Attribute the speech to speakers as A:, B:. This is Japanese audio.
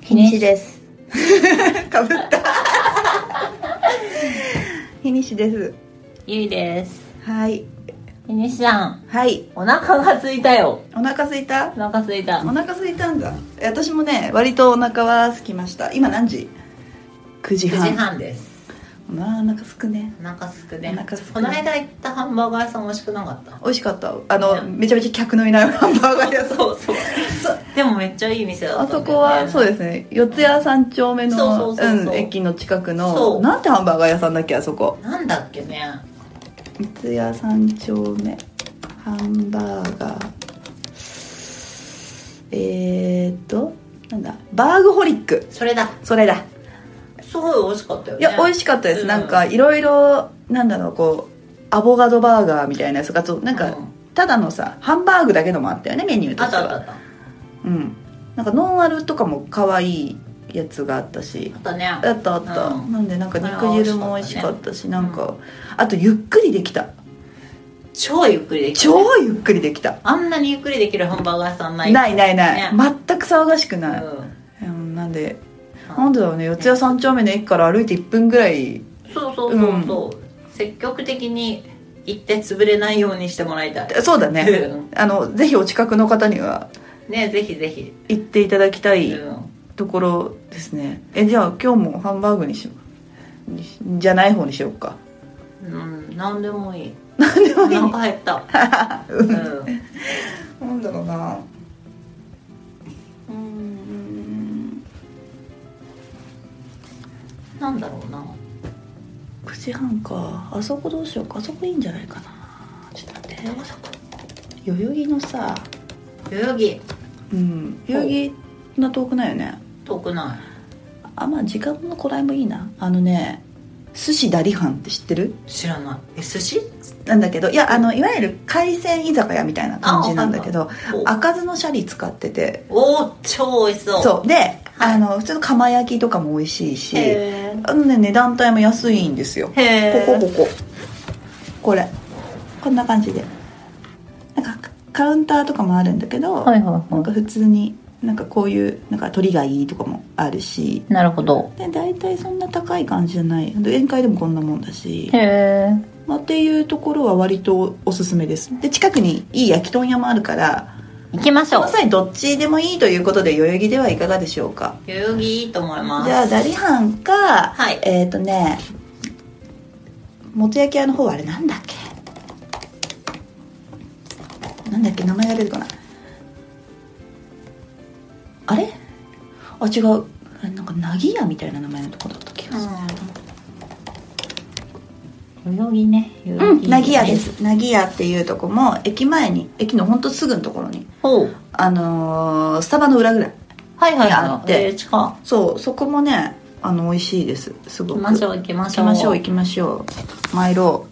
A: 日にしです。かぶった。日にしです。
B: ゆいです
A: はい。
B: ゆにしさん
A: はい。
B: お腹が空いたよ
A: お腹すいた
B: お腹空いた
A: お腹空いたんだ。え私もね、割とお腹は空きました。今何時 ?9 時
B: 9時
A: 半。
B: 半です
A: まあ、お腹すくね。
B: お腹すく
A: お
B: ね
A: 腹すく
B: こ
A: ね
B: の間行ったハンバーガー屋さん美味しくなかった
A: 美味しかった。あの、めちゃめちゃ客のいないハンバーガー屋さん。
B: そうそう
A: そう
B: でもめっちゃいい店だ
A: あ
B: った
A: そ
B: んだよね
A: こはそうですね四谷三丁目の
B: そうそうそうそう
A: うん駅の近く
B: そ
A: の
B: う
A: なんてハンバーガー屋さんだっけあそこ
B: なんだっけね
A: 三谷三丁目ハンバーガーえー、っとなんだバーグホリック
B: それだ
A: それだ
B: すごい美味しかったよ
A: い
B: ね
A: や美味しかったです、
B: うん
A: なんかいろいろなんだろうこうアボガドバーガーみたいなやつがそうなんか、
B: うん
A: ただのさハンバーグだけのもあったよねメニューと
B: あっ
A: し
B: た
A: て
B: あったあ
A: は
B: った
A: うんなんかノンアルとかも可愛いやつがあったし
B: あったね
A: あったあった、
B: うん
A: なんでなんか肉汁も美味しかったし、
B: れは
A: なん
B: 美味しか
A: かあとゆっくりできた
B: 超ゆっくりできたね
A: 超ゆっくりできた
B: あんなにゆっくりできるハンバーガー屋さんない
A: ないないない、
B: ね
A: 全く騒がしくない、
B: うん
A: うんなんで
B: うん
A: なんでだろうね四谷三丁目の駅から歩いて1分ぐらい
B: そうそうそうそう、積極的に行って潰れないようにしてもらいたい
A: そうだね
B: うん
A: あのぜひお近くの方には
B: ねぜひぜひ、
A: 行っていただきたい
B: うん
A: ところですねえじゃあ今日もハンバーグにしようにしじゃない方にしようか
B: うん、何でもいい
A: 何で
B: お
A: もいい
B: 腹減った、
A: う
B: うんん、
A: なんだろうなうーん
B: なんだろうな
A: 9時半かあそこどうしようかあそこいいんじゃないかなちょっと待って
B: どこそこ
A: 代々木のさ
B: 代々木
A: うん代々木そんな遠くないよね
B: 遠くな
A: あまあ時間のこらいもいいなあのね寿司ダリハンって知ってる
B: い知らないえ寿司
A: なんだけどいやあのいわゆる海鮮居酒屋みたいな感じなんだけど
B: お
A: 開かずのシャリ使ってて
B: おー超美味しそう
A: そうであの普通の釜焼きとかも美味しいし
B: へ
A: あのね値段帯も安いんですよ
B: えへ
A: ここ
B: え
A: こここれこんな感じでなんかカウンターとかもあるんだけど、
B: いは
A: なんか普通になんかこういうなんか鳥がいいとかもあるし
B: いなるほど
A: で大体そんな高い感じじゃないで宴会でもこんなもんだし、
B: え
A: まあ、っていうところは割とおすすめですで近くにいい焼き豚屋もあるから
B: 行きまし
A: そ
B: ょう
A: の際どっちでもいいということで代々木ではいかがでしょうか
B: 代々木いいと思います
A: じゃあダリハンか、
B: はい
A: えっ、とねもつ焼き屋の方はあれなんだっけなんだっけ名前が出てこないあれあ違うあれなんかなぎ屋みたいな名前のとこだった気がする、
B: うん代々木ね代
A: う
B: 々木
A: ん、なぎ屋ですなぎ屋っていうとこも駅前に駅のほんとすぐのところに
B: ほう
A: あのースタバの裏ぐらい
B: はいはい
A: にあ
B: は
A: っ
B: い
A: て
B: えー近
A: そうそこもねあの美味しいですす
B: い
A: ご
B: 行き
A: く
B: ましょう行きま
A: 行
B: し
A: き
B: ょう
A: ましょう行きましょう参ろ